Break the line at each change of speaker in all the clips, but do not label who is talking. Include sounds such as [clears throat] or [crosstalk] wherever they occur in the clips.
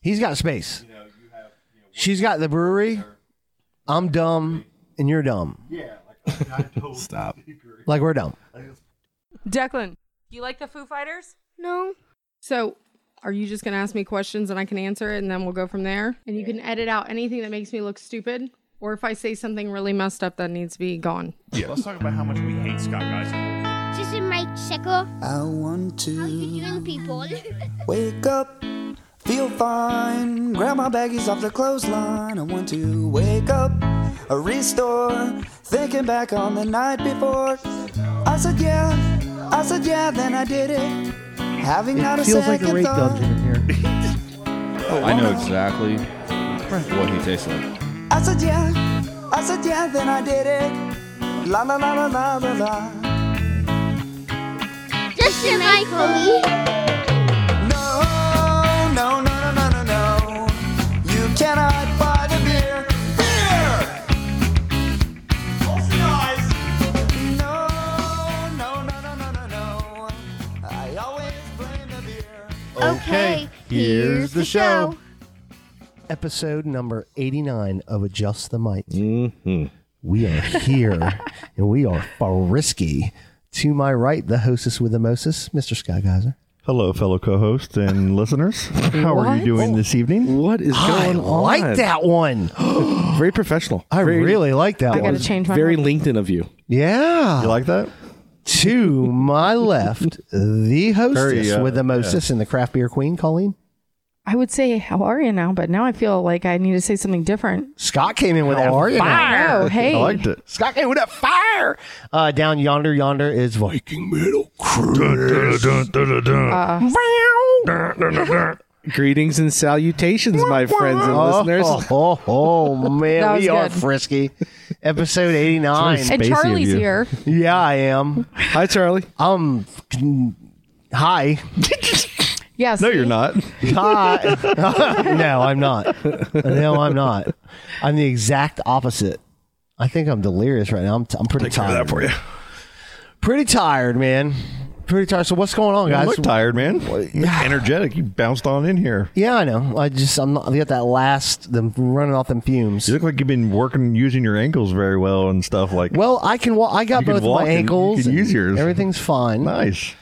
He's got space. She's got the brewery. I'm dumb, and you're dumb.
Yeah, like I totally
Stop.
[laughs] agree.
Like we're dumb.
Like, it's-
Declan, you like the Foo Fighters?
No.
So, are you just going to ask me questions and I can answer it and then we'll go from there? And you can edit out anything that makes me look stupid or if I say something really messed up that needs to be gone.
Let's talk about how much we hate Scott, guys.
This is Mike Sickle.
I want
How you
to
doing, people?
wake up, feel fine, grab my baggies off the clothesline. I want to wake up, a restore, thinking back on the night before. I said yeah, I said yeah, then I did it. Having not
It
a
feels like
second
a rape
thought.
dungeon in here.
I know exactly what he tastes like.
I said yeah, I said yeah, then I did it. La la la la la la la.
this is Mike Cody.
No, no, no, no, no, no, no. You cannot buy the beer. Beer! No, no, no, no, no, no, no. I always blame the beer.
Okay, here's the show.
Episode number 89 of Adjust the Mic.
Mm-hmm.
We are here, and we are frisky. To my right, the hostess with the mostess, Mr. Sky Geyser.
Hello, fellow co-hosts
[laughs]
and listeners. How are you doing this evening?
What is
I
going on?
like that one.
Very professional.
I
Very-
really like that
I got
one.
to change my
Very LinkedIn of you.
yeah.
You like that?
to my left, the hostess
Very, uh,
with the mostess and the craft beer queen, Colleen.
I would say, how are you now? But now I feel like I need to say something different.
Scott came in with that fire.
Oh, hey.
I liked it.
Scott came with that fire. Uh, down yonder, yonder is Viking Metal Cruise. Uh,
Greetings and salutations, my friends and
Oh,
listeners.
oh, oh, oh, man,
That
we
was
are
good.
frisky. Episode eighty nine.
And
Spacey of
Charlie's
you. [laughs]
here.
yeah, I am.
Hi, Charlie.
I'm fucking- hi,
Yes.
No, you're not.
hi. [laughs] no, I'm not. No, I'm not. I'm the exact opposite. I think I'm delirious right now. I'm, t- I'm pretty tired.
you.
Pretty tired, man. Pretty tired. So what's going on,
I
guys?
look tired, man. Energetic. You bounced on in here.
Yeah, I know. I just I'm not. I got that last them running off them fumes.
You look like you've been working using your ankles very well and stuff like.
Well, I can walk. I got
You can
both of
walk
my
and you
ankles.
can
and
use yours.
Everything's fine.
nice.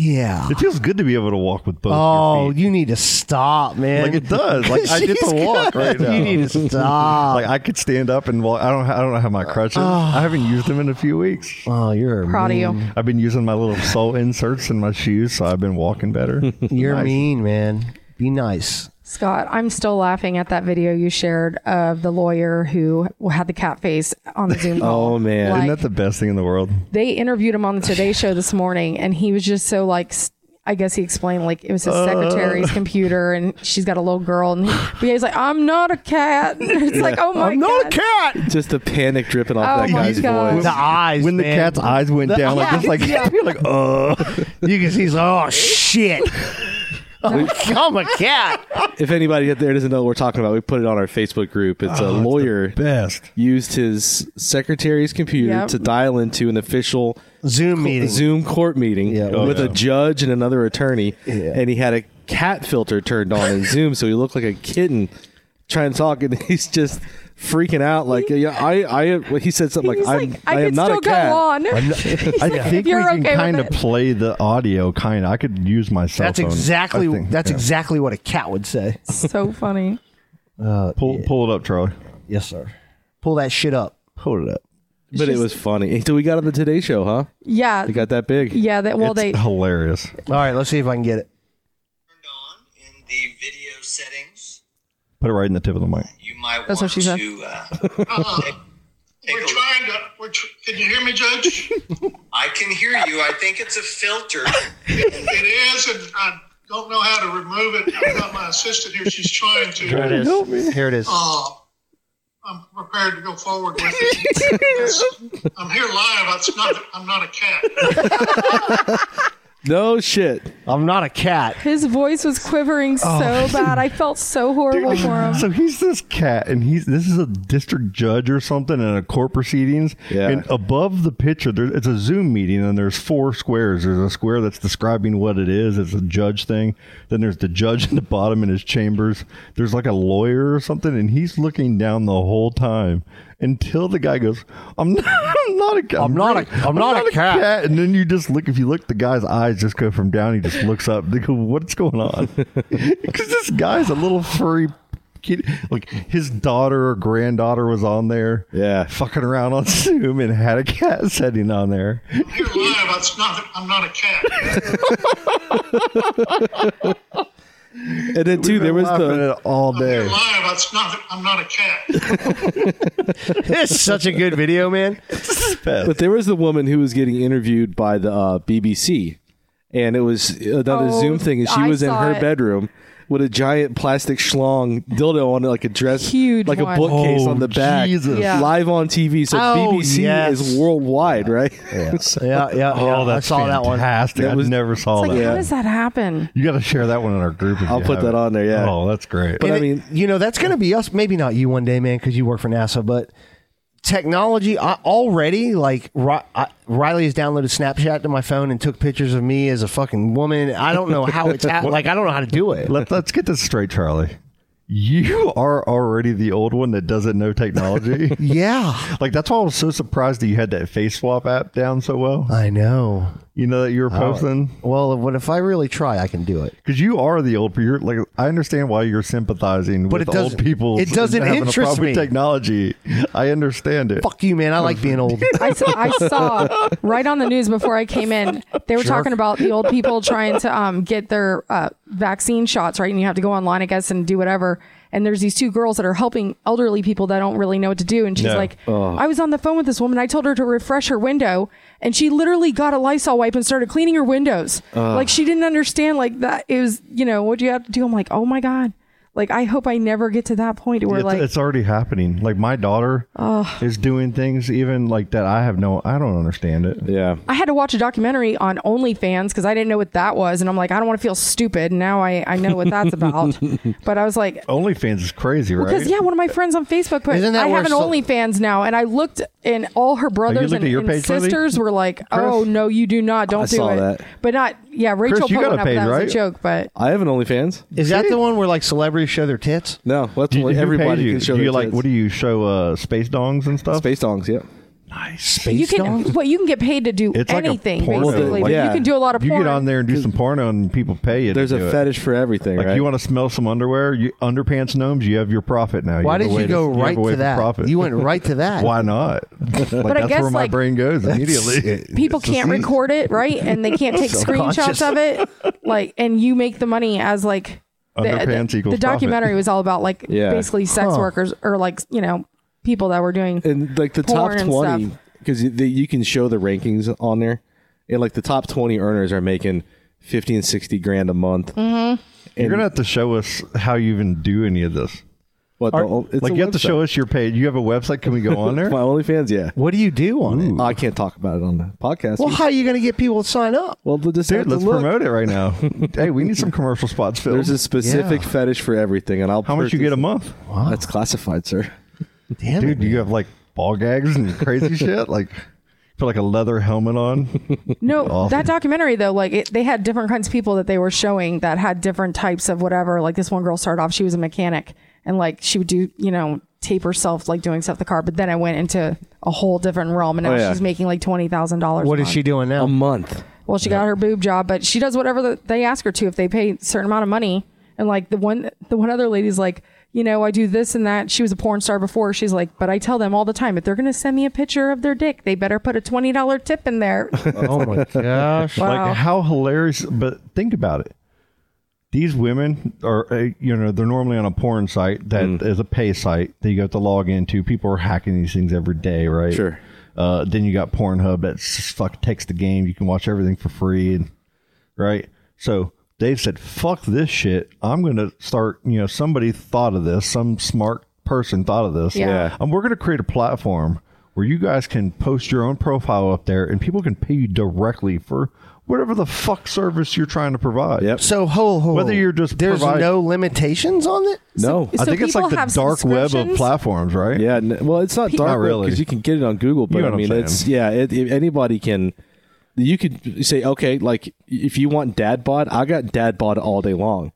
Yeah.
It feels good to be able to walk with both.
Oh,
your feet.
you need to stop, man.
like it does. Like
[laughs]
I did
She's
the walk
good.
right now.
You need
[laughs]
to stop.
Like I could stand up and walk. I don't. I don't have my crutches.
Ah.
I haven't used them in a few weeks.
oh, you're
Proud of
mean.
you.
Mm-hmm. I've been using my little sole inserts in my shoes, so I've been walking better.
You're mean, man. Be nice.
Scott, I'm still laughing at that video you shared of the lawyer who had the cat face on the Zoom call.
Oh, man.
Like,
Isn't that the best thing in the world?
they interviewed him on the Today Show this morning, and he was just so like. s- I guess he explained like it was his secretary's computer, and she's got a little girl, and he, but he's like, "I'm not a cat." [laughs] it's like, "Oh my
I'm
god!"
not a cat.
Just the panic dripping off
Oh
that
my
guy's
God.
voice.
The eyes.
when the
man.
cat's eyes went down, like
[laughs]
just like [laughs] you're like, uh
you can see. He's like, oh [laughs] shit. I'm a- I'm a cat.
If anybody out there doesn't know what we're talking about, we put it on our Facebook group. It's a lawyer
best.
used his secretary's computer
Yep.
to dial into an official
Zoom meeting.
Zoom court meeting
Yeah,
with
yeah.
a judge and another attorney, and he had a cat filter turned on in Zoom, so he looked like a kitten trying to talk, and [laughs] he's just freaking out like, "Yeah, I, I." Well, he said something like,
He's
"I'm,
like,
I,
could
am not
still
a cat."
go on.
I think we
you're
can
okay with
kind of
it.
play the audio. Kind of, I could use my cell
That's
phone. I
exactly.
think.
that's
Yeah.
exactly what a cat would say.
[laughs] so funny.
Pull, pull it up, Charlie.
Yes, sir. Pull that shit up.
Pull it up.
But it was funny until we got on the Today Show, huh? [laughs]
Yeah,
It got that big.
yeah. That well,
it's
they
hilarious.
All right, let's see if I can get it.
turned on in the video settings,
Put it right in the tip of the mic.
you might
That's
want
what she said.
to.
[laughs]
Uh,
Uh-huh. We're trying to. We're tr- can you hear me, Judge?
[laughs] I can hear you. I think it's a filter.
[laughs] it is, and I don't know how to remove it. I've got my assistant here. She's trying
Here it
to.
is. Here it is.
Uh, I'm prepared to go forward with it. It's- I'm here live. It's not. I'm not a cat.
No shit.
I'm not a cat. [laughs]
His voice was quivering so
Oh.
bad. I felt so horrible for
[laughs]
him.
So he's this cat, and he's this is a district judge or something in a court proceedings.
Yeah.
And above the picture, there, it's a Zoom meeting, and there's four squares. There's a square that's describing what it is. It's a judge thing. Then there's the judge in the bottom in his chambers. There's like a lawyer or something, and he's looking down the whole time until the guy goes, "I'm not, [laughs] I'm not a cat. I'm,
not a- I'm not a cat."
And then you just look. If you look, the guy's eyes just go from down. He just looks up. They go, "What's going
[laughs]
on?" Because this guy's a little furry kid. Like his daughter or granddaughter was on there, yeah, fucking around on [laughs] Zoom and had a cat setting on there.
You're lying about it's not, I'm not a cat.
And then too, there was the
all day.
You're lying about it's not, I'm not a cat.
it's such a good video, man.
But there was the woman who was getting interviewed by the uh, BBC, and it was another
Oh,
Zoom thing, and she
I
was in
saw
her
it.
bedroom with a giant plastic schlong dildo on it, like a dress,
Huge
like
one.
a bookcase
Oh,
on the back,
Jesus. Yeah.
live on TV. So
Oh,
BBC
yes.
is worldwide, right? Yeah,
yeah, yeah.
Oh, that's
I saw that one.
fantastic.
That
I
was-
never saw
It's like,
that.
how does that happen?
You got to share that one in our group. if
I'll
you
put
have
that
it.
on there, yeah.
Oh, that's great.
And it- you know, that's going to be us. Maybe not you one day, man, because you work for NASA, but technology I, already like Ri- I, Riley has downloaded Snapchat to my phone and took pictures of me as a fucking woman. I don't know how it's at, like. I don't know how to do it.
Let, let's get this straight, Charlie. You are already the old one that doesn't know technology.
[laughs] yeah.
Like, that's why I was so surprised that you had that face swap app down so well.
I know.
You know that you were posting?
well, what if I really try? I can do it.
Because you are the old, you're like, I understand why you're sympathizing
But
with
it doesn't-
old people.
it doesn't
having a
interest
problem with
me.
technology. I understand it.
Fuck you, man. I like being
[laughs]
old.
[laughs] I, s- I saw right on the news before I came in, they were
Jerk.
talking about the old people trying to um, get their uh, vaccine shots, right? And you have to go online, I guess, and do whatever. And there's these two girls that are helping elderly people that don't really know what to do. And she's
Yeah.
like,
Oh.
I was on the phone with this woman. I told her to refresh her window. And she literally got a Lysol wipe and started cleaning her windows.
Ugh.
Like she didn't understand, like that is, you know, what do you have to do? I'm like, oh my God. Like I hope I never get to that point where
it's,
like
it's already happening. Like, my daughter is doing things even like that. I have no, I don't understand it.
[laughs] Yeah.
I had to watch a documentary on OnlyFans because I didn't know what that was, and I'm like, I don't want to feel stupid. And now I, I know what that's
[laughs]
about. But I was like,
OnlyFans is crazy, Oh, right?
because yeah, one of my friends on Facebook put,
Isn't that
I
where
have an
so-
OnlyFans now, and I looked, and all her brothers
looked
and,
at your
and
page lately,
sisters were like, oh no, you do not, don't
I
do
saw
it.
that.
But not, yeah, Rachel
you
put
got a
one up.
page,
that
right?
was a joke, but
I have an OnlyFans.
Is that the one where like celebrities show their tits?
No, that's
Do you-
only
who
everybody
paid you?
can show
Do you
their
like?
tits.
What do you show? Uh, space dongs and stuff.
Space dongs, yeah.
Nice
you can, well, you can get paid to do
It's
anything
like a porno.
basically.
Like,
But You can do a lot of
You
porn.
get on there and do some porno, and people pay you.
There's
to
a
do it.
fetish for everything,
Like
right?
you want to smell some underwear, you, underpants gnomes. You have your profit now.
Why
have
did
a way
you go
have
right
a way
to
for
that?
Profit.
You went right
[laughs]
to that.
Why
[laughs]
not? like
But I
that's
guess,
where my
like,
brain goes
That's-
immediately.
[laughs] people can't record it right and they can't
[laughs]
take
Self-conscious.
screenshots of it like and you make the money as like the,
Underpants
the,
equals
the documentary
profit.
was all about like
Yeah.
basically sex
Huh.
workers or like you know people that were doing
and like the top
porn and
20
stuff.
because you, the- you can show the rankings on there and like the top 20 earners are making 50 and 60 grand a month
mm-hmm.
You're
And-
gonna have to show us how you even do any of this.
What?
Are,
the- it's
like
a
you have to
website.
show us your page. You have a website. Can we go on
[laughs]
there?
my OnlyFans, yeah.
What do you do on
it? I can't talk about it on the podcast.
Well, how are you going to get people to sign up?
Well, just
Dude, let's
look.
promote it right
[laughs]
now. hey, we need some commercial spots filled.
There's a specific fetish for everything, and I'll.
How much you get a month?
That's classified, sir.
Damn
Dude, you have like ball gags and
[laughs]
crazy shit? Like, put like a leather helmet on?
no
Awesome.
that documentary though like it, they had different kinds of people that they were showing that had different types of whatever like this one girl started off she was a mechanic and like she would do you know tape herself like doing stuff with the car but then i went into a whole different realm and now
Oh, yeah.
she's making like $20000
What
a
is
month.
she doing now? A
month.
Well, she got her boob job, but she does whatever the, they ask her to if they pay a certain amount of money. And like the one, the one other lady's like, you know, I do this and that. She was a porn star before. She's like, but I tell them all the time if they're going to send me a picture of their dick, they better put a twenty dollar tip in there.
Oh my gosh!
Wow.
Like, how hilarious. But think about it. These women are, uh, you know, they're normally on a porn site that is a pay site that you have to log into. People are hacking these things every day, right? Sure. Uh, then you got Pornhub that's just fuck takes the game. You can watch everything for free, and right? So they've said, "Fuck this shit. I'm going to start." You know, somebody thought of this. Some smart person thought of this.
Yeah. Yeah.
And Um, we're going to create a platform where you guys can post your own profile up there, and people can pay you directly for whatever the fuck service you're trying to provide. Yep.
So ho ho.
Whether you're just
There's
provide-
no limitations on it.
No,
I think it's like the dark web of platforms, right?
Yeah, n- well, it's not
Pe-
dark
Not
web
really.
because you can get it on Google, but
You know
I
what I'm
mean,
saying.
it's yeah, it, it- anybody can. You could say okay, like if you want dad bod, I got dad bod all day long,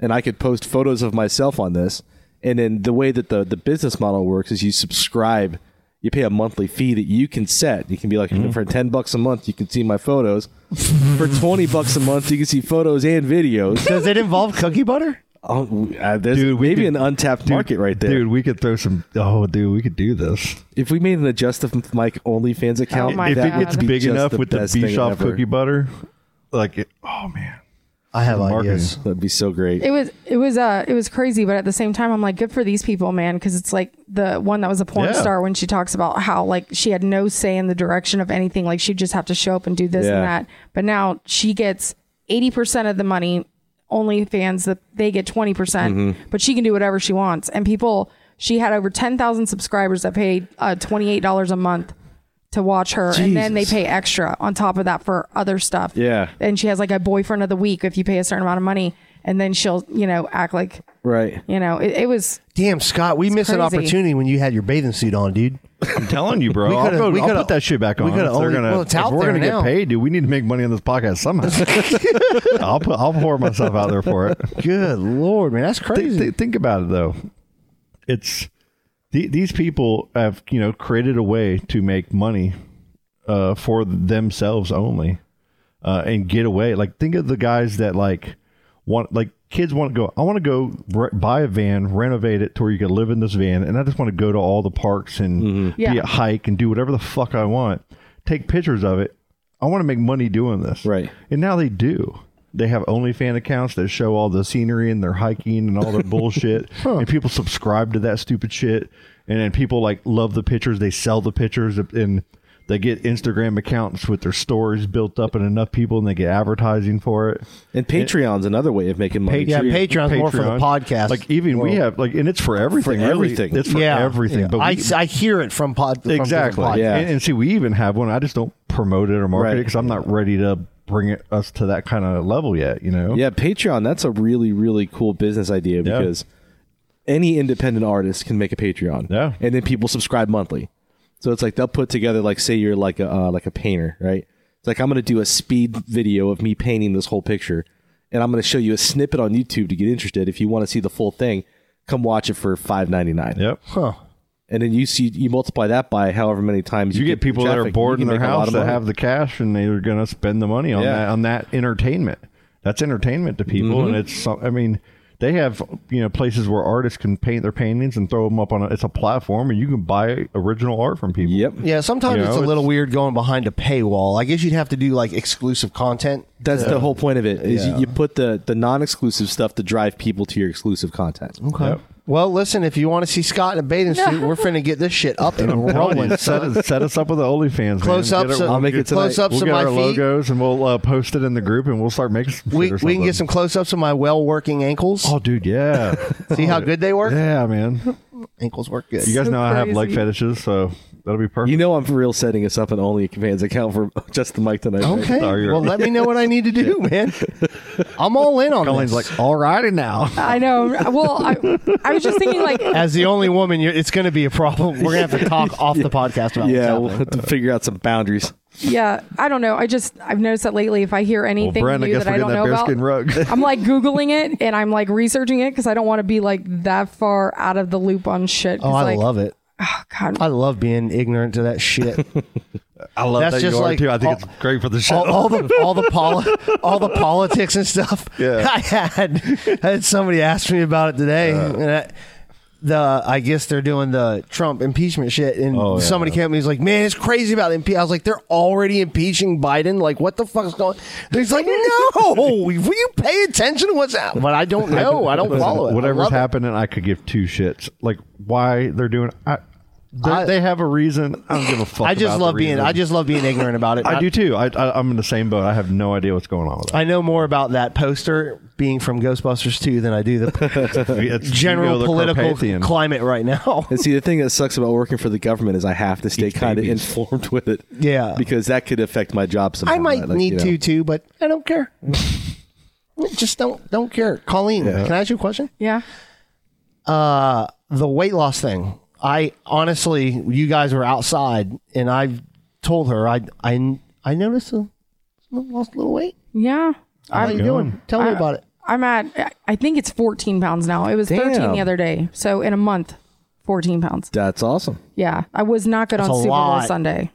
and I could post photos of myself on this. And then the way that the the business model works is you subscribe, you pay a monthly fee that you can set. You can be like
Mm-hmm.
for ten bucks a month, you can see my photos. [laughs] for twenty bucks a month, you can see photos and videos.
[laughs]
Does it involve cookie butter?
Oh, uh, there's maybe an untapped market right there.
Dude, we could throw some. Oh, dude, we could do this.
If we made an adjustive Mike OnlyFans account,
if it gets big enough with the B shop cookie
butter,
butter, like it, oh man,
I have ideas.
That'd be so great.
It was it was uh it was crazy, but at the same time, I'm like, good for these people, man, because it's like the one that was a porn
Yeah.
star when she talks about how like she had no say in the direction of anything, like she'd just have to show up and do this
Yeah.
and that. But now she gets eighty percent of the money. OnlyFans that they get twenty percent,
Mhm.
but she can do whatever she wants. And people, she had over ten thousand subscribers that paid uh, twenty eight dollars a month to watch her, and then they
Jesus.
pay extra on top of that for other stuff
yeah,
and she has like a boyfriend of the week if you pay a certain amount of money and then she'll you know act like
right.
you know it, it was
Damn, Scott, we missed an
crazy.
opportunity when you had your bathing suit on, dude.
I'm telling you, bro.
We
I'll,
could've-
go,
we
I'll
could've-
put that shit back
we
on.
could've
If they're
only-
gonna,
well, it's
if
out
we're
there
gonna
now.
get paid, dude. We need to make money on this
[laughs]
podcast somehow. I'll put, I'll pour myself out there for it. [laughs]
Good lord, man, that's crazy.
Think, think about it though. It's the, these people have you know created a way to make money uh, for themselves only uh, and get away. Like think of the guys that like want like kids want to go. I want to go re- buy a van, renovate it to where you can live in this van, and I just want to go to all the parks and be
Yeah.
at hike and do whatever the fuck I want. Take pictures of it. I want to make money doing this. Right. And now they do. They have OnlyFans accounts that show all the scenery and their hiking and all their bullshit. And people subscribe to that stupid shit. And then people like love the pictures. They sell the pictures and they get Instagram accounts with their stories built up and enough people and they get advertising for it.
And Patreon's another way of making money.
Yeah, Patreon's more for the podcast
Like even we
world.
have like, and it's for everything. really.
everything.
It's for
yeah,
everything.
yeah.
But
I,
we-
I hear it from pod from different podcasts.
Exactly. And, and see, we even have one. I just don't promote it or market it
Right.
because I'm not ready to bring it, us to that kind of level yet. You know.
Yeah, Patreon. That's a really really cool business idea
Yeah.
because any independent artist can make a Patreon. Yeah, and then people subscribe monthly. So it's like they'll put together like say you're like a uh, like a painter, right? It's like I'm going to do a speed video of me painting this whole picture, and I'm going to show you a snippet on YouTube to get interested. If you want to see the full thing, come watch it for five ninety nine.
Yep.
Huh.
And then you see you multiply that by however many times
You, get
through
people that are
traffic,
bored
you
in
can
their
make a lot
house
of
that
money.
have the cash and they're going to spend the money on
Yeah.
that on that entertainment. That's entertainment to people, and
Mhm.
it's. so- I mean, they have you know places where artists can paint their paintings and throw them up on. A, it's a platform, and you can buy original art from people. Yep.
Yeah, sometimes it's a little weird going behind a paywall. I guess you'd have to do like exclusive content.
That's
to-
the whole point of it. Is
Yeah.
you, you put the the non exclusive stuff to drive people to your exclusive content.
Okay. Well, listen, if you want to see Scott in a bathing suit, we're finna get this shit
[laughs]
up and [laughs] rolling.
set,
son.
us- set us up with the OnlyFans.
Close-ups
man. Get
of- I'll make it tonight. close-ups
We'll
of
get
my
our
feet.
logos and we'll uh, post it in the group and we'll start making. Some
We,
shit or
we can
something.
get some close ups of my well working ankles.
Oh, dude, yeah.
[laughs] See how good they work?
Yeah, man.
Ankles work good.
You guys know I have leg fetishes, so that'll be perfect.
You know I'm for real setting us up an OnlyFans account for [laughs] just the mic tonight. right?
Okay. Well, let me know what I need to
[laughs]
do, man. I'm all in on
Colleen's
this.
like, all righty now.
i know [laughs] well i, I was just thinking like
As the only woman, you're, it's going to be a problem. We're going to have to
[laughs]
talk off the podcast about what's
Yeah, we'll
happening.
have to figure out some boundaries.
yeah i don't know i just i've noticed that lately if i hear anything
Brent, I
new
guess
that i
we're
don't know
getting that
about
bearskin rug.
i'm
[laughs]
like googling it and i'm like researching it because i don't want to be like that far out of the loop on shit 'cause,
Oh, I
like,
love it.
God.
I love being ignorant to that shit.
I love
That's
that
just
you are
like
too. I think
all-
it's great for the show.
all, all the all the poli- all the politics and stuff.
[laughs] Yeah.
I had I had somebody ask me about it today.
Uh.
and I, the I guess they're doing the Trump impeachment shit, and
Oh, yeah,
somebody
yeah.
came up and he's like, "Man, it's crazy about impe." I was like, "They're already impeaching Biden. Like, what the fuck's going?" And he's like, "No, will you pay attention to what's out?" But I don't know. I don't
[laughs] Listen,
follow it. I
Whatever's
love it.
happening, I could give two shits. Like why they're doing. I, They, they have a reason. I don't give a fuck.
I just
about
love
the
being-
reason.
I just love being ignorant about it.
I, do too. I, I, I'm in the same boat. I have no idea what's going on with that.
I know more about that poster being from Ghostbusters 2 than I do the [laughs]
It's Hugo
general
the
political
Carpathian.
climate right now.
And see, the thing that sucks about working for the government is I have to stay kind of informed with it.
Yeah.
Because that could affect my job
[laughs]
somehow.
I might
right? Like,
need
you know.
to too, but I don't care. Just don't don't care. Colleen,
Yeah.
can I ask you a question?
Yeah.
Uh, the weight loss thing. I honestly, you guys were outside, and I told her I I I noticed a, lost a little weight.
Yeah.
How you doing? Tell me
I-
about it.
I'm at, I- I think it's 14 pounds now. It was 13
Damn.
the other day. So in a month, 14 pounds.
That's awesome.
Yeah. I was not good
That's a
on Super Bowl
lot.
Sunday.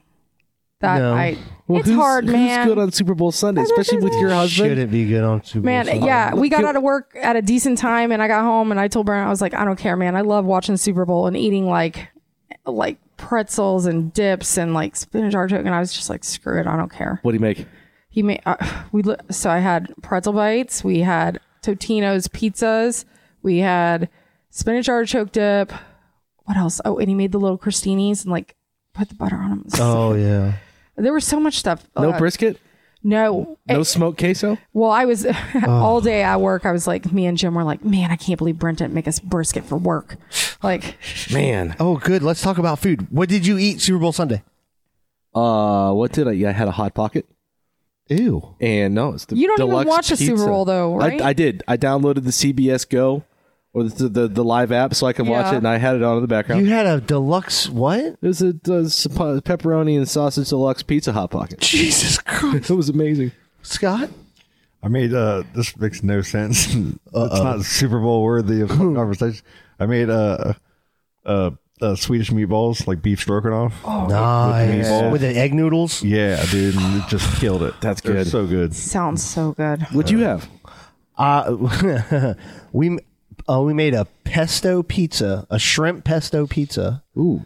That
No.
I,
Well,
it's
who's-
hard,
who's
man.
good on Super Bowl Sunday, especially with your husband?
Should it be good on Super
Man,
Bowl Sunday?
yeah, we got out of work at a decent time, and I got home, and I told Brian, I was like, I don't care, man. I love watching Super Bowl and eating like, like pretzels and dips and like spinach artichoke, and I was just like, screw it, I don't care.
What do you make?
He made uh, we li- so I had pretzel bites, we had Totino's pizzas, we had spinach artichoke dip. What else? Oh, and he made the little crostinis and like put the butter on them.
Oh yeah.
There was so much stuff.
No
Uh,
brisket?
No. eh,
No smoked queso?
Well, I was [laughs] all day at work. I was like, me and Jim were like, man, I can't believe Brent didn't make us brisket for work. Like,
Man.
Oh, good. Let's talk about food. What did you eat Super Bowl Sunday?
Uh, what did I? Yeah, I had a hot pocket.
Ew.
And no, it's the
You don't even
deluxe
watch the Super
pizza.
Bowl, though,
I-
right?
I, did. I downloaded the CBS Go or the the, the live app so I could watch
Yeah.
it, and I had it on in the background.
You had a deluxe what?
it was a, uh, supp- pepperoni and sausage deluxe pizza hot pocket.
Jesus Christ,
it was amazing.
Scott,
I made uh, this makes no sense. [laughs] it's not Super Bowl worthy
[clears throat]
of conversation. I made uh, uh, uh, Swedish meatballs, like beef stroganoff. Oh,
nice. With the egg noodles.
Yeah, dude, and it just killed it. That's
good.
So good.
sounds so good.
What'd you have?
Uh, [laughs] we uh, we made a pesto pizza, a shrimp pesto pizza.
Ooh,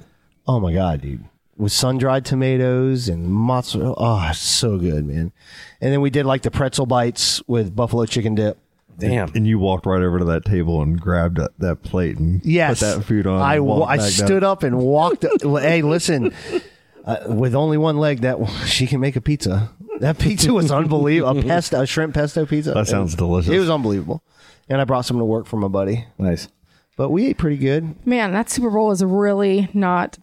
oh my god, dude! With sun dried tomatoes and mozzarella. Oh, it's so good, man! And then we did like the pretzel bites with buffalo chicken dip.
Damn.
And you walked right over to that table and grabbed that, that plate and
Yes,
put that food on.
I
and
wa-
walked
I
back down.
stood up [laughs] and walked. hey, listen, uh, with only one leg, that [laughs] she can make a pizza. That pizza was
[laughs]
unbelievable. A pesto, a shrimp pesto pizza.
That sounds delicious.
It was unbelievable. And I brought some to work for my buddy.
Nice.
But we ate pretty good.
Man, that Super Bowl is really not.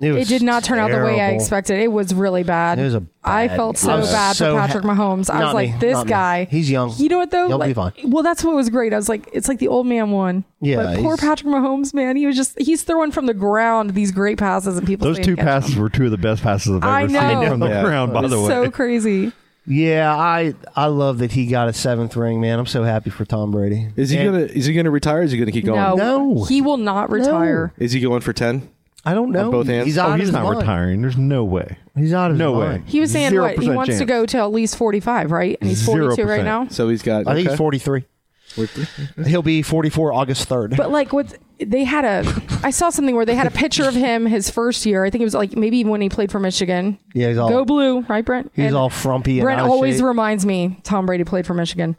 It
It,
was
did not turn out the way I
terrible.
expected. It was really bad.
It was a
I
bad-
felt so
I was
bad
so
for Patrick
ha-
Mahomes. I
Not
was like,
me,
this
not me.
guy.
He's young.
You know what though?
He'll be
Like-
fine.
Well, that's what was great. I was like, it's like the old man one.
Yeah,
But poor
he's-
Patrick Mahomes, man, he was just he's throwing from the ground these great passes and people.
Those
saying
two
catch 'em.
passes were two of the best passes I've ever
I know.
seen from the
Yeah.
ground. By
It's
the way, Oh,
[laughs]
so crazy.
Yeah, I I love that he got a seventh ring, man. I'm so happy for Tom Brady.
Is he
And
gonna is he gonna retire? Or is he gonna keep going?
No,
No.
he will not retire.
Is he going for ten?
I don't know.
On both hands?
He's
oh,
out of
he's
his
not
mind.
retiring. There's no way.
He's out of his
No way.
mind.
He was saying what he
0%
wants to
chance.
go to at least forty five, right? And he's forty two right
0%.
now.
So he's got.
I think
okay.
he's 43. He'll be 44 August
[laughs]
3rd.
But like what they had a I saw something where they had a picture of him his first year. I think it was like maybe even when he played for Michigan.
Yeah, he's all-
Go blue, right, Brent?
he's
And
all frumpy and
Brent
out of
always
shape.
reminds me Tom Brady played for Michigan.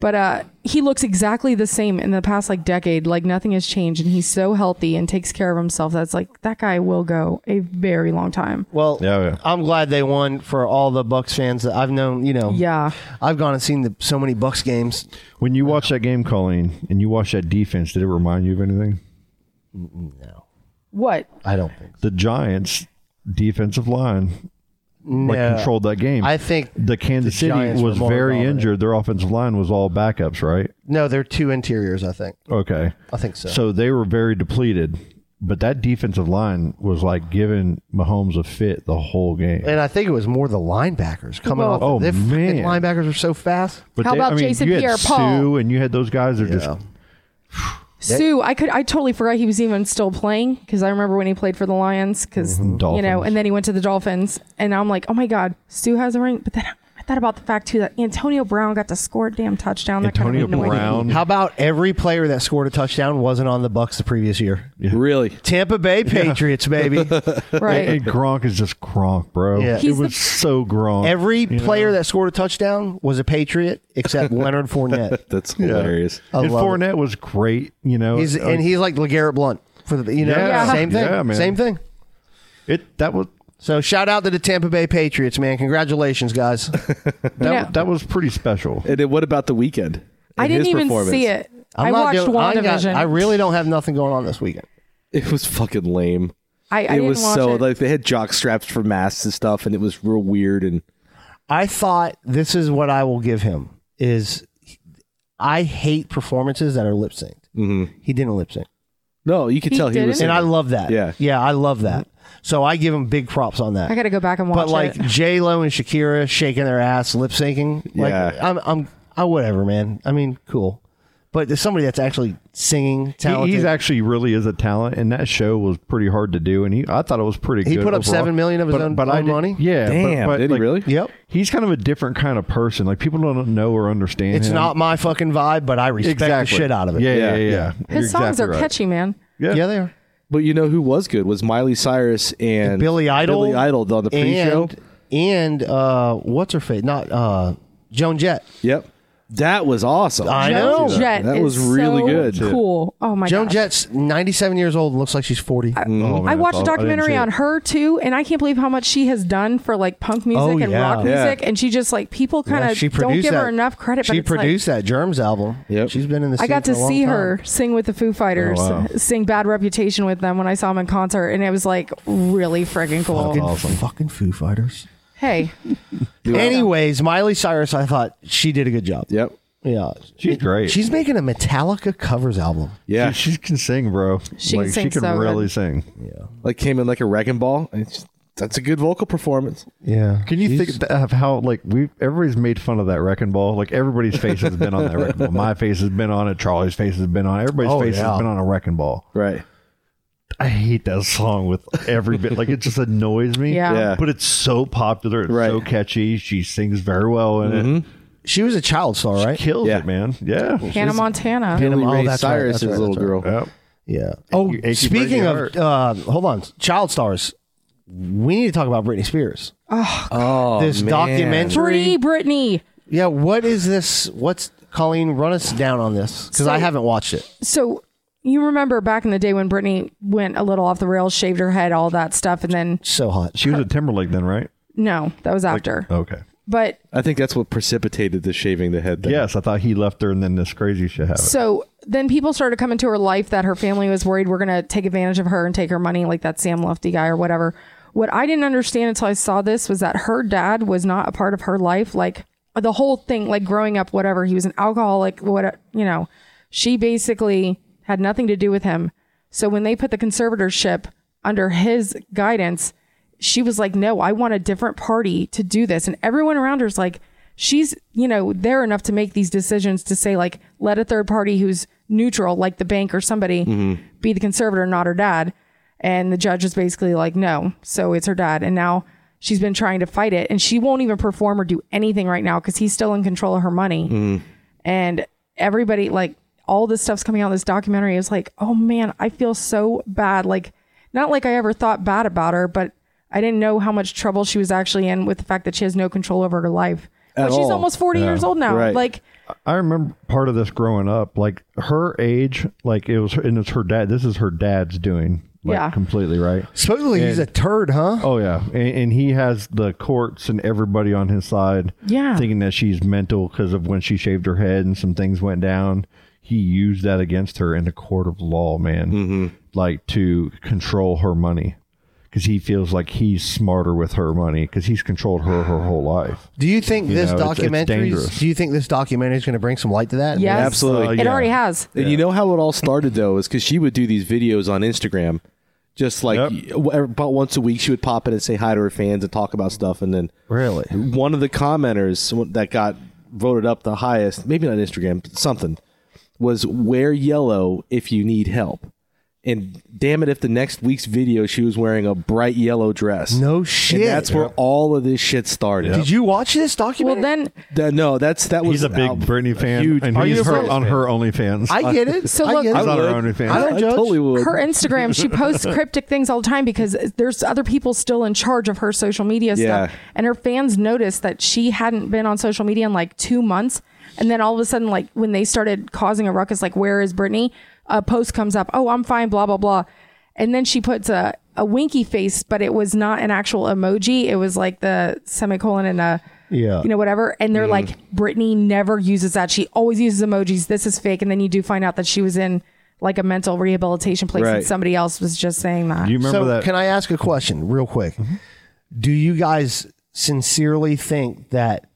But uh he looks exactly the same in the past like decade. Like nothing has changed and he's so healthy and takes care of himself. That's like that guy will go a very long time.
Well,
Yeah, yeah.
I'm glad they won for all the Bucks fans that I've known. You know,
Yeah.
I've gone and seen the, so many Bucks games.
When you watch that game, Colleen, and you watch that defense, did it remind you of anything?
No,
What?
I don't think.
The Giants' defensive line
No.
like controlled that game.
I think
the Kansas
the
City
Giants were
was
more
very
dominant.
injured. Their offensive line was all backups, right?
No, they're two interiors. I think.
Okay,
I think so.
So they were very depleted, but that defensive line was like giving Mahomes a fit the whole game.
And I think it was more the linebackers coming
Well-
off.
Oh,
the
man.
linebackers were so fast.
But
How
they-
about
I mean,
Jason
you had
Pierre-Paul?
Sue and you had those guys. They're just
Sue, I could I totally forgot he was even still playing because I remember when he played for the Lions because you know,
Dolphins.
and then he went to the Dolphins, and I'm like, oh my God, Sue has a ring. But then I thought about the fact too that Antonio Brown got to score a damn touchdown. That kind
Antonio
of annoyed me.
Brown.
How about every player that scored a touchdown wasn't on the Bucks the previous year?
Really?
Tampa Bay Patriots,
[laughs]
baby.
[laughs] right?
And Gronk is just Gronk, bro.
Yeah.
It
He's
was
the-
so Gronk.
Every player that scored a touchdown was a Patriot except Leonard Fournette.
That's hilarious.
I
and
love it.
Fournette was great, you know. Uh,
He's
Like,
and he's like Legarrette Blunt for the you know
oh. Yeah.
same thing,
Yeah, man.
same thing.
It that was
so. Shout out to the Tampa Bay Patriots, man! Congratulations, guys.
that, that was pretty special.
And then what about the weekend?
I
And
didn't
his
even
performance?
see it. [laughs] i
not
watched
doing- I ain't got-
WandaVision.
I really don't have nothing going on this weekend.
It was fucking lame.
I- I
it
didn't
was
watch
so
it.
like they had jock straps for masks and stuff, and it was real weird. And
I thought this is what I will give him is I hate performances that are lip synced.
Mm-hmm.
He didn't lip sync.
no, you could tell he was.
and I love that.
Yeah.
yeah, I love that. So I give him big props on that.
I got to go back and watch
but like
it. [laughs]
J Lo and Shakira shaking their ass, lip syncing. Like,
Yeah.
I'm, I'm, I whatever, man. I mean, cool. But there's somebody that's actually singing,
He,
talented.
he's actually really is a talent, and that show was pretty hard to do. And he, I thought it was pretty.
He
good
put up
overall.
$7 million of his
But-
own-
but I
own
did-
money?
Yeah, but-
Damn,
But,
did he
like,
really?
yep.
He's kind of a different kind of person. Like people don't know or understand.
It's
him.
not my fucking vibe, but I respect
Exactly.
the shit out of it.
Yeah, yeah, yeah.
Yeah.
yeah.
His
You're
songs
exactly
are
right.
catchy, man.
Yeah.
yeah, they are.
But you know who was good was Miley Cyrus and
Billy Idol,
Billy Idol on the pre-show.
and, and uh, what's her face? Not uh, Joan Jett.
Yep, that was awesome.
I
Joan
know.
Jett
That
is
was really
so
good.
Cool. Oh my
Joan
gosh.
Jett's 97 years old and looks like she's 40.
Mm-hmm.
Oh, man,
I watched a
thought- I didn't see
documentary
it.
on her too, and I can't believe how much she has done for like punk music
Oh,
and
yeah.
rock
Yeah.
music. And she just like people kind
Yeah,
of don't give her enough credit.
She
but it's like-
produced that Germs album.
Yep.
She's been in the
I got
scene
to
for a long
see
time. Oh,
her sing with the Foo Fighters,
wow.
sing "Bad Reputation" with them when I saw them in concert, and it was like really friggin' cool.
Fucking, fucking Foo Fighters.
Hey,
Anyways, Miley Cyrus, I thought she did a good job.
Yep.
Yeah.
She's great.
She's making a Metallica covers album.
Yeah,
She, she can sing, bro.
She can
like,
sing
She can
so good.
really sing.
like came in like a wrecking ball. and It's, that's a good vocal performance.
Yeah.
Can you think th- of how like we everybody's made fun of that wrecking ball? Like everybody's face has been on that wrecking ball. My face has been on it. Charlie's face has been on it. Everybody's
Oh,
face
yeah.
has been on a wrecking ball.
Right.
I hate that song with every bit. Like it just annoys me.
Yeah.
Yeah.
But it's so popular. It's
Right. Mm-hmm.
so catchy. She sings very well in it.
She was a child star, right?
Kills
Yeah.
it, man. Yeah.
Hannah Montana.
Billy
Oh,
Ray
that's right,
Cyrus
that's
is
right,
a little
that's right.
girl.
Yep.
Yeah. Oh,
Achy, breaky
speaking of,
heart.
uh, hold on, child stars. We need to talk about Britney Spears.
Oh,
this
man.
documentary.
Free Britney.
Yeah. What is this? What's Colleen? Run us down on this because I
So-
haven't watched it.
So you remember back in the day when Britney went a little off the rails, shaved her head, all that stuff, and then
So hot.
She was at Timberlake then, right?
no, that was after.
oh.
Okay.
But
I think that's what precipitated the shaving the head. Thing.
Yes, I thought he left her and then this crazy shit happened.
So then people started coming to her life that her family was worried we're going to take advantage of her and take her money, like that Sam Lefty guy or whatever. What I didn't understand until I saw this was that her dad was not a part of her life. Like the whole thing, like growing up, whatever, he was an alcoholic, what, you know, she basically had nothing to do with him. So when they put the conservatorship under his guidance, she was like, no, I want a different party to do this. And everyone around her is like, she's, you know, there enough to make these decisions to say, like, let a third party who's neutral, like the bank or somebody, be the conservator, not her dad. And the judge is basically like, no, so it's her dad. And now she's been trying to fight it and she won't even perform or do anything right now because he's still in control of her money. And everybody, like, all this stuff's coming out in this documentary is like, oh man, I feel so bad. Like, not like I ever thought bad about her, but I didn't know how much trouble she was actually in with the fact that she has no control over her life.
At
but she's
all.
almost 40 years old now.
Right.
Like,
I remember part of this growing up, like her age, like it was, and it's her dad. This is her dad's doing, like
Yeah.
completely right.
Supposedly he's a turd, huh?
Oh yeah, and, and he has the courts and everybody on his side,
Yeah.
thinking that she's mental because of when she shaved her head and some things went down. He used that against her in the court of law, man,
Mm-hmm.
like to control her money because he feels like he's smarter with her money because he's controlled her her whole life.
Do you think this
know, it's- it's
documentary?
dangerous.
Do you think this documentary is going to bring some light to that?
yes.
absolutely.
It
yeah.
already has.
And you know how it all started though is because she would do these videos on Instagram, just like
Yep.
w- about once a week she would pop in and say hi to her fans and talk about stuff. And then
Really?
one of the commenters that got voted up the highest, maybe not Instagram, but something, was wear yellow if you need help. And damn it, if the next week's video she was wearing a bright yellow dress.
No shit.
And that's where all of this shit started.
Did you watch this documentary?
Well, then,
Th- no, that's that was
He's a big
out-
Britney fan,
huge
and
Britney
he's
Spears
her, on
fan.
her OnlyFans.
I get it.
[laughs] So
I
look-
get
He's
it.
on her
would.
OnlyFans.
I don't judge.
totally would.
her Instagram, she posts cryptic things all the time because there's other people still in charge of her social media
Yeah.
stuff. And her fans noticed that she hadn't been on social media in like two months. And then all of a sudden, like when they started causing a ruckus, like, where is Brittany? A post comes up, oh, I'm fine, blah, blah, blah. And then she puts a, a winky face, but it was not an actual emoji. It was like the semicolon and a
Yeah.
you know whatever. And they're
Mhm.
Mm.
like, Brittany never uses that. She always uses emojis. This is fake. And then you do find out that she was in like a mental rehabilitation place,
Right.
and somebody else was just saying that.
so Can I ask a question real quick?
Mm-hmm.
Do you guys sincerely think that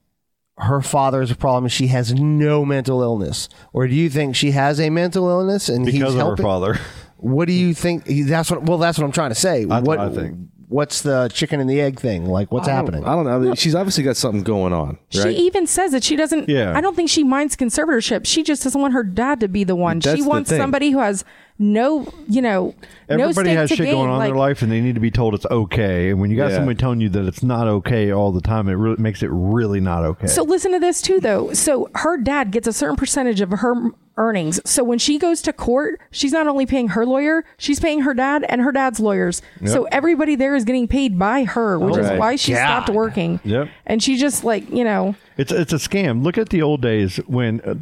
her father is a problem? and She has no mental illness, or do you think she has a mental illness and he's
Because of her
helping?
father.
What do you think? That's what. Well, that's what I'm trying to say. what
I think.
What's the chicken and the egg thing? Like, what's
I don't-
happening?
I don't know. I mean, She's obviously got something going on,
She
right?
even says that she doesn't.
Yeah.
I don't think she minds conservatorship. She just doesn't want her dad to be the one.
That's
she
the
wants
thing.
somebody who has no, you know, no
Everybody
stake
has
to
shit
gain.
going on
like,
in their life, and they need to be told it's okay. And when you got
Yeah.
somebody telling you that it's not okay all the time, it really makes it really not okay.
So listen to this too, though. So her dad gets a certain percentage of her m- earnings. So when she goes to court, she's not only paying her lawyer, she's paying her dad and her dad's lawyers.
Yep.
So everybody there is getting paid by her, which
Oh
is
my
why she
God.
stopped working.
Yep.
And she just like you know,
It's it's a scam. Look at the old days when uh,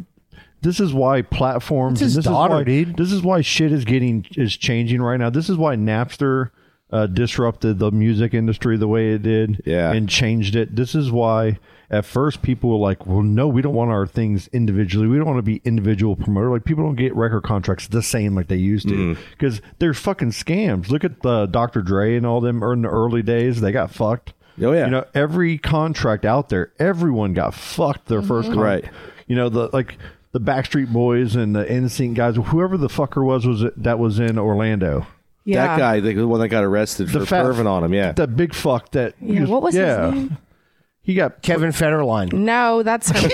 this is why platforms.
It's his
this
daughter,
is why, dude. This is why shit is getting is changing right now. This is why Napster uh, disrupted the music industry the way it did, yeah. and changed it. This is why at first people were like, "Well, no, we don't want our things individually. We don't want to be individual promoter. Like people don't get record contracts the same like they used to because they're fucking scams. Look at the Dr. Dre and all them in the early days. They got fucked. Oh yeah. You know, every contract out there, everyone got fucked their first
Mm-hmm.
Mhm.
contract.
Right.
You know, the like the Backstreet Boys and the NSYNC guys, whoever the fucker was was that was in Orlando.
Yeah.
That guy, the one that got arrested for
fat-
perving on him, yeah.
The big fuck that.
Yeah, what was his name?
He got
Kevin Federline.
no, that's her.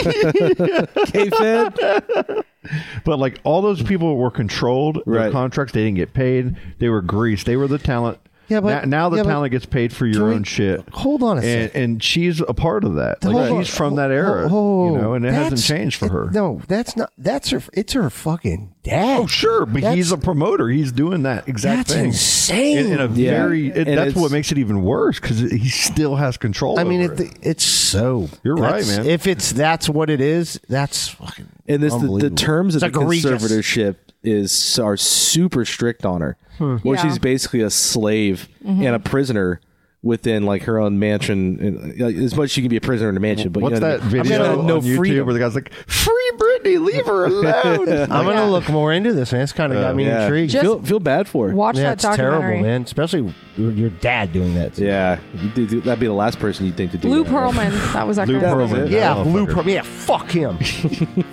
But like all those people were controlled. Their contracts, they didn't get paid. They were greased. They were the talent.
Yeah, but-
now, now the
yeah, but-
talent gets paid for your
Can we-
own shit.
Hold on a
and,
second.
and she's a part of that. Like,
Hold on.
she's from that era,
Oh,
you know, and it hasn't
that's-
changed for her.
No, that's not. That's her. It's her fucking dad.
Oh, sure, but
That's-
he's a promoter. He's doing that exact
That's
thing.
insane.
In, in a
Yeah.
very. It,
And
that's
it's-
what makes it even worse because he still has control.
I mean,
over
it, it's so.
You're right,
that's-
man.
If it's that's what it is, that's fucking.
And this the, the
unbelievable.
terms of
It's
the
egregious.
conservatorship is are super strict on her,
Hmm.
where
Yeah.
she's basically a slave
Mhm.
and a prisoner within like her own mansion. And, like, as much as she can be a prisoner in a mansion, but
What's
you know
that
what I mean?
video
I'm gonna have no
on YouTube
freedom.
where the guy's like, "Free Britney, leave her
[laughs]
alone."
I'm gonna look more into this, man. It's kind of
Yeah.
got me
Uh, Yeah.
intrigued.
Just Feel- feel bad for her. watch
yeah,
that
it's terrible,
documentary.
man. Especially your, your dad doing that. To
yeah, you do- do- that'd be the last person you'd think to do.
Lou
that.
Pearlman. That was our
Lou
guy.
Pearlman. That was it.
Yeah,
Oh,
Lou.
fucker.
Pearl- yeah, fuck
[laughs]
him.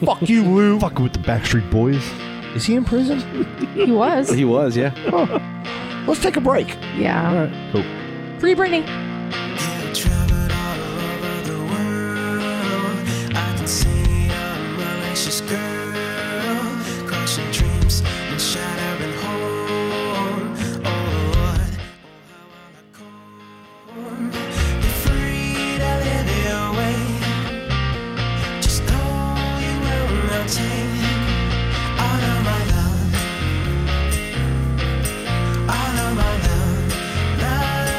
fuck you, Lou.
Fuck with the Backstreet Boys.
Is he in prison?
He was.
He was, yeah.
Let's take a break.
Yeah. Free Britney.
I can see a malicious girl crushing dreams and shattering home. Oh, the freed I live your way. Just know you will not take all of my love, all of my love, love.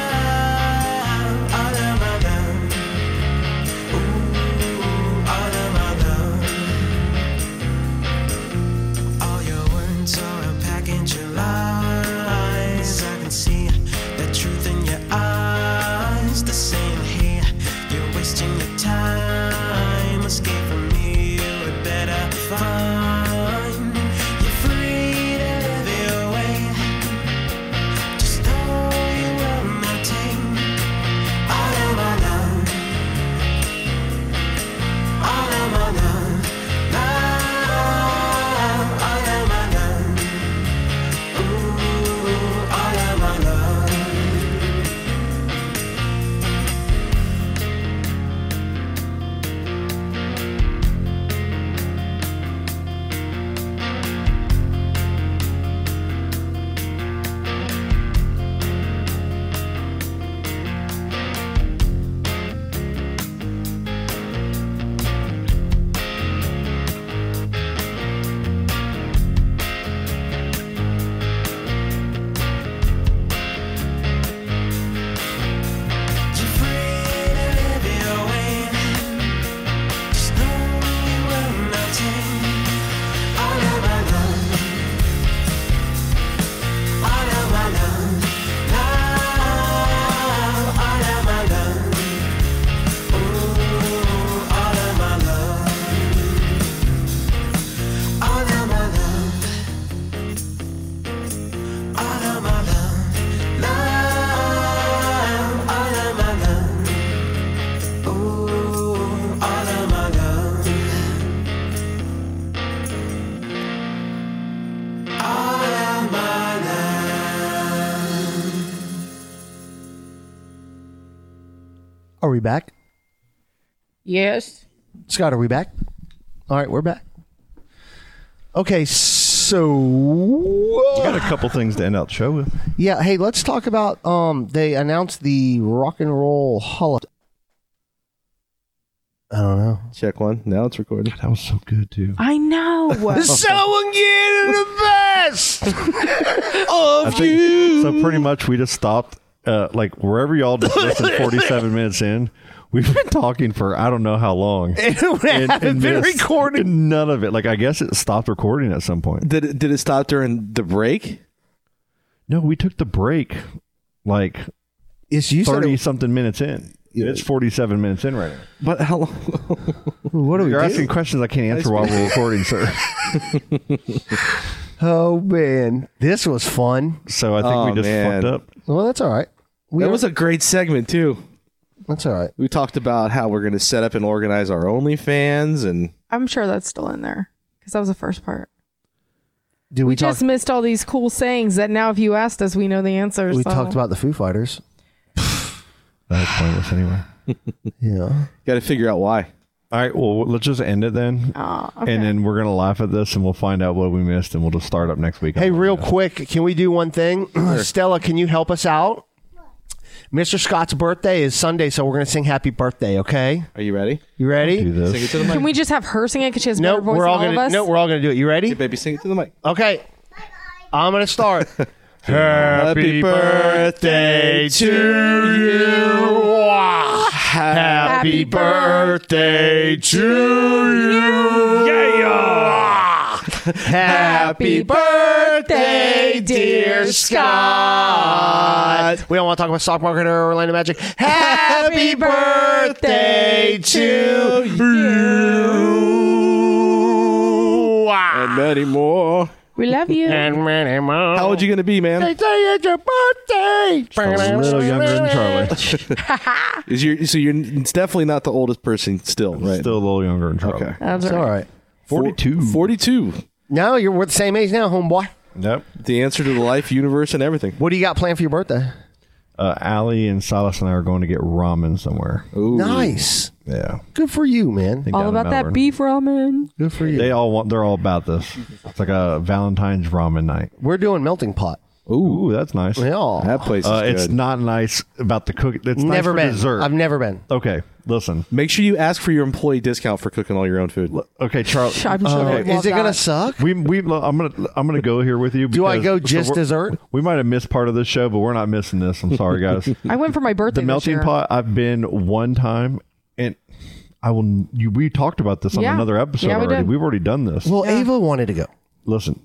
Are we back?
Yes.
Scott, are we back? All right, we're back. Okay, so
We got a couple things to end out the show with.
yeah, hey, let's talk about um they announced the rock and roll hall I don't know.
Check one. Now it's recording.
that was so good too.
I know. [laughs]
so again the [laughs] best
I
of
think- So pretty much we just stopped uh, like wherever y'all
[laughs]
just listened 47 minutes in. We've been talking for I don't know how long.
[laughs] And
[laughs]
we haven't been
recording none of it. Like I guess it stopped recording at some point.
Did it, did it stop during the break?
No, we took the break like
it's
you said it-
30 something minutes in. It's 47 minutes in right now.
But how long? [laughs]
what
You're
do?
asking questions I can't answer while we're recording, [laughs] sir.
Oh man, this was fun.
So I think we just fucked up.
Well, that's all right.
that was a great segment too.
That's all right.
We talked about how we're going to set up and organize our OnlyFans, and
I'm sure that's still in there because that was the first part.
Do we,
We
talk?
just missed all these cool sayings that now, if you asked us, we know the answers.
We
so.
talked about the Foo Fighters.
That was pointless anyway.
yeah.
Got to figure out why.
All right. Well, let's just end it then.
Oh,
And then we're going to laugh at this and we'll find out what we missed and we'll just start up next week.
Hey, real quick, can we do one [clears throat] thing? Stella, can you help us out? Mr. Scott's birthday is Sunday, so we're gonna sing happy birthday, okay?
Are you ready?
You ready?
Sing it to the mic.
Can we just have her sing it because she has
No,
better voice
we're all
than all
gonna
of us?
no, we're all gonna do it. You ready?
baby, sing it to the mic.
Okay. I'm gonna start.
Happy birthday
to you.
Happy
birthday to you. Yeah. Happy birthday, dear Scott. We don't want to talk about stock market or Orlando Magic. [laughs] Happy birthday to you.
and many more.
We love you.
And many more.
How old you going to be,
They
man?
say it's your birthday.
a little younger than
Charlie.
Is you so you're it's definitely not the oldest person still, right?
Still a little younger in trouble.
Okay.
That's all right.
42.
42.
No, you're we're the same age now, homeboy.
Yep.
The answer to the life, universe, and everything.
What do you got planned for your birthday?
Uh, Allie and Silas and I are going to get ramen somewhere.
Nice.
Yeah.
Good for you, man.
All about that
beef ramen.
Good for you.
They all want, they're all about this. It's like a Valentine's ramen night.
We're doing melting pot.
Ooh, that's nice.
Yeah.
That place is
Uh, it's
good.
not nice about the cook. It's
never
nice for
been.
dessert.
I've never been.
okay, listen.
Make sure you ask for your employee discount for cooking all your own food.
[laughs]
Okay, Charlie.
I'm sure
okay.
they'd love
Is it gonna
that.
suck?
We, we I'm gonna I'm gonna go here with you.
Do I
because-
go just
we're-
dessert?
We might have missed part of this show, but we're not missing this. I'm sorry,
[laughs]
guys.
I went for my birthday.
the
this
melting
year.
pot. I've been one time, and I will. You, we talked about this on
Yeah.
another episode
Yeah, we
already.
did.
We've already done this.
Well, Ava wanted to go.
Listen,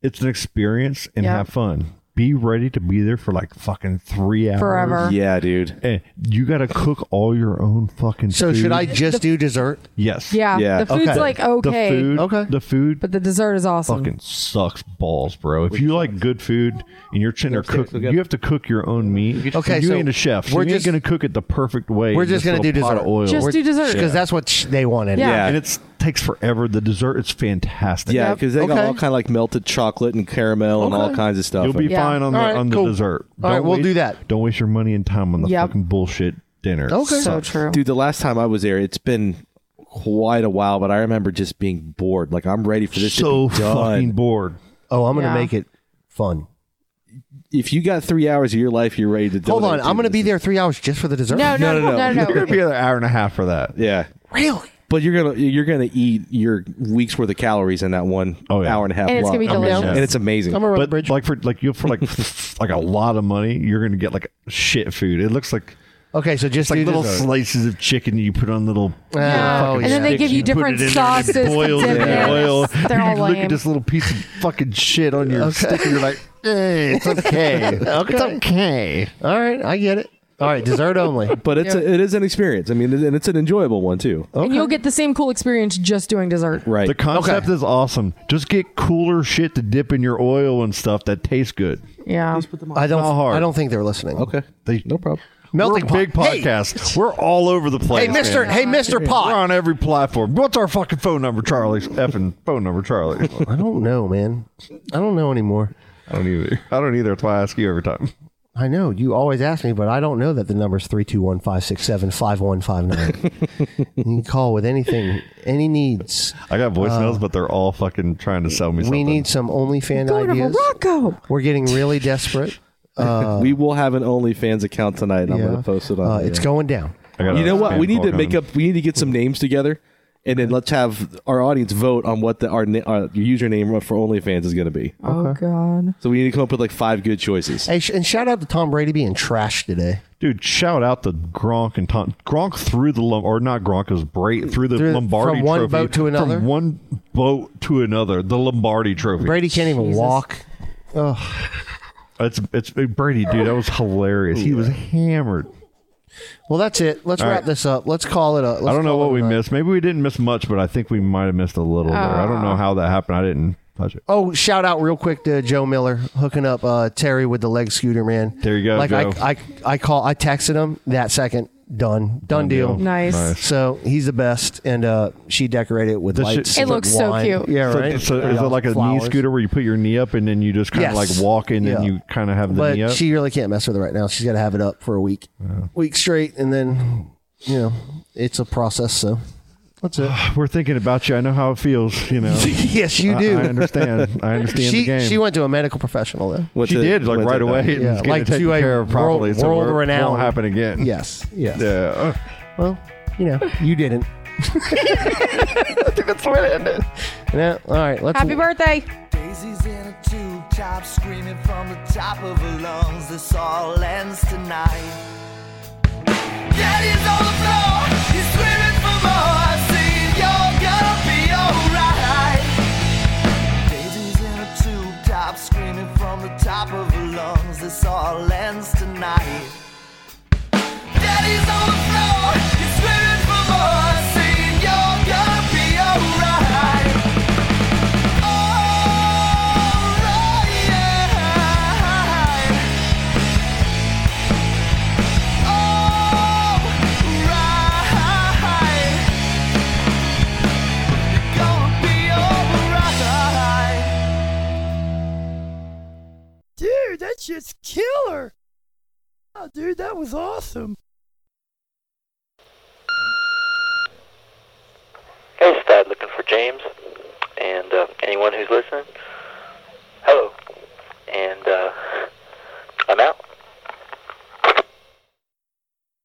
it's an experience and
Yeah.
have fun. Be ready to be there for like fucking three hours.
Forever.
Yeah, dude.
And you got to cook all your own fucking.
So should
food.
I just do dessert?
Yes.
Yeah,
Yeah.
the food's
Okay.
like
The
okay,
food.
Okay.
The food
but the dessert is awesome.
fucking sucks balls, bro. If you like good food and you're trying to cook, you have to cook your own meat.
Okay,
you
so
ain't a chef. So
we're
we're you
just-
just going to cook it the perfect way.
We're
in
just
this
gonna do
little pot
dessert.
of Oil.
Just do dessert.
because that's what sh- they wanted.
Yeah.
and it's takes forever. The dessert is fantastic.
Yeah, because they got
Okay.
all kind of like melted chocolate and caramel and all kinds of stuff.
You'll be
Yeah.
fine on the
All right,
on the
cool.
dessert.
All right,
Don't
we'll
waste-
do that.
Don't waste your money and time on the
Yep.
fucking bullshit dinner.
Okay.
so true.
Dude, the last time I was there, it's been quite a while, but I remember just being bored. Like I'm ready for this
so
to be done.
fucking bored.
Oh, I'm gonna
Yeah.
make it fun.
if you got three hours of your life, you're ready to.
Hold on,
donate
I'm gonna
this.
be there three hours just for the dessert.
no, no, no, no, no,
You're
no.
[laughs] gonna be there an hour and a half for
[laughs]
that.
Yeah,
Really?
but you're gonna you're gonna eat your week's worth of calories in that one
Oh, yeah.
hour and a half.
And it's
block.
gonna be delicious.
and it's amazing.
I'm gonna run the
But
bridge.
like for like
[laughs]
you for like like a lot of money, you're gonna get like shit food. It looks like
okay, so just
It's like
do
little
dessert. Oh,
slices of chicken you put on little.
Yeah.
And then they give
sticks,
you
put
different
it in there, and
sauces.
It boils in
dipping
the
it.
oil.
They're all
you look
lame.
at this little piece of fucking shit on
[laughs]
your stick,
[laughs]
and you're like, "Hey, it's okay.
Okay.
It's okay."
All right, I get it. All right, dessert only.
but it's a, it is an experience. I mean, and it's an enjoyable one too.
Oh,
And you'll get the same cool experience just doing dessert.
Right.
The concept is awesome. Just get cooler shit to dip in your oil and stuff that tastes good.
Yeah.
I don't.
Not hard.
I don't think they're listening.
okay.
They,
No problem.
Melting
we're a big
pot. Hey! [laughs]
podcast. We're all over the place.
Hey, Mister.
man.
Hey, Mister
We're
Pot.
on every platform. What's our fucking phone number, Charlie? Effing phone number, Charlie.
[laughs] I don't know, man. I don't know anymore.
I don't either. I don't either. That's why I ask you every time.
I know you always ask me, but I don't know that the number is three two one five six seven five one five nine. You can call with anything, any needs.
I got voicemails,
Uh,
but they're all fucking trying to sell me
we
something.
need some OnlyFans
Go to
ideas.
Morocco.
We're getting really
[laughs]
desperate. Uh,
[laughs] we will have an OnlyFans account tonight. and I'm
yeah.
going to post
Oh,
it on.
Uh,
there.
it's going down. I
gotta
You know what?
spam
We need
call
to make
coming.
up. We need to get some names together, and then let's have our audience vote on what the, our, na- our username for OnlyFans is going to be.
Oh God.
So we need to come up with like five good choices.
Hey, sh- and shout out to Tom Brady being trash today.
Dude, shout out to Gronk and Tom. Gronk threw the lum- or not Gronk is Bray through the
Through-
Lombardi
from one
trophy
boat to another?
From one boat to another, the Lombardi trophy.
Brady can't even walk. Ugh.
It's it's Brady, dude. That was hilarious. He was hammered.
Well, that's it. Let's
All
wrap
right.
this up. Let's call it a.
I
let's
don't know
call
what
it
we
a night.
missed. Maybe we didn't miss much, but I think we might have missed a little there. I
Ah.
don't know how that happened. I didn't touch it.
Oh, shout out real quick to Joe Miller hooking up uh, Terry with the leg scooter, man.
There you go,
Like
Joe.
I, I, I call, I texted him that second. Done, done, deal.
deal. Nice. Nice.
So he's the best, and uh, she decorated it with
Does she-
lights.
It
with
looks so
wine.
cute.
Yeah,
So-
right.
So, is it like a
Flowers.
knee scooter where you put your knee up and then you just kind of
Yes.
like walk and then
Yeah.
you kind of have the knee
But
up?
she really can't mess with it right now. She's got to have it up for a week, week straight, and then you know it's a process. So [laughs] that's it.
[laughs] We're thinking about you. I know how it feels. You know.
yes, [laughs] you
I-
do.
I, understand.
[laughs]
I understand
she
the game.
she went to a medical professional though.
Went
She
to-
did like
went to
right
the
away. [laughs]
doctor.
It
Yeah,
was
like
getting
to a
taken care of properly,
world-
so we're-
world-renowned-
Won't happen again.
Yes, yes.
Yeah.
Well, you know, you [laughs] didn't. Yeah. All right. Let's.
Happy birthday.
Daisy's in a tube top, screaming from the top of her lungs. This all ends tonight. Daddy's on the floor, he's screaming for more. I see you're gonna be alright. Daisy's in a tube top, screaming from the top of her lungs. This all ends tonight. Daddy's on the floor, he's screaming for more. I see you're gonna be alright.
Dude, that shit's killer! Oh, dude, that was awesome.
Hey, Stud, looking for James and uh, anyone who's listening. Hello. And uh,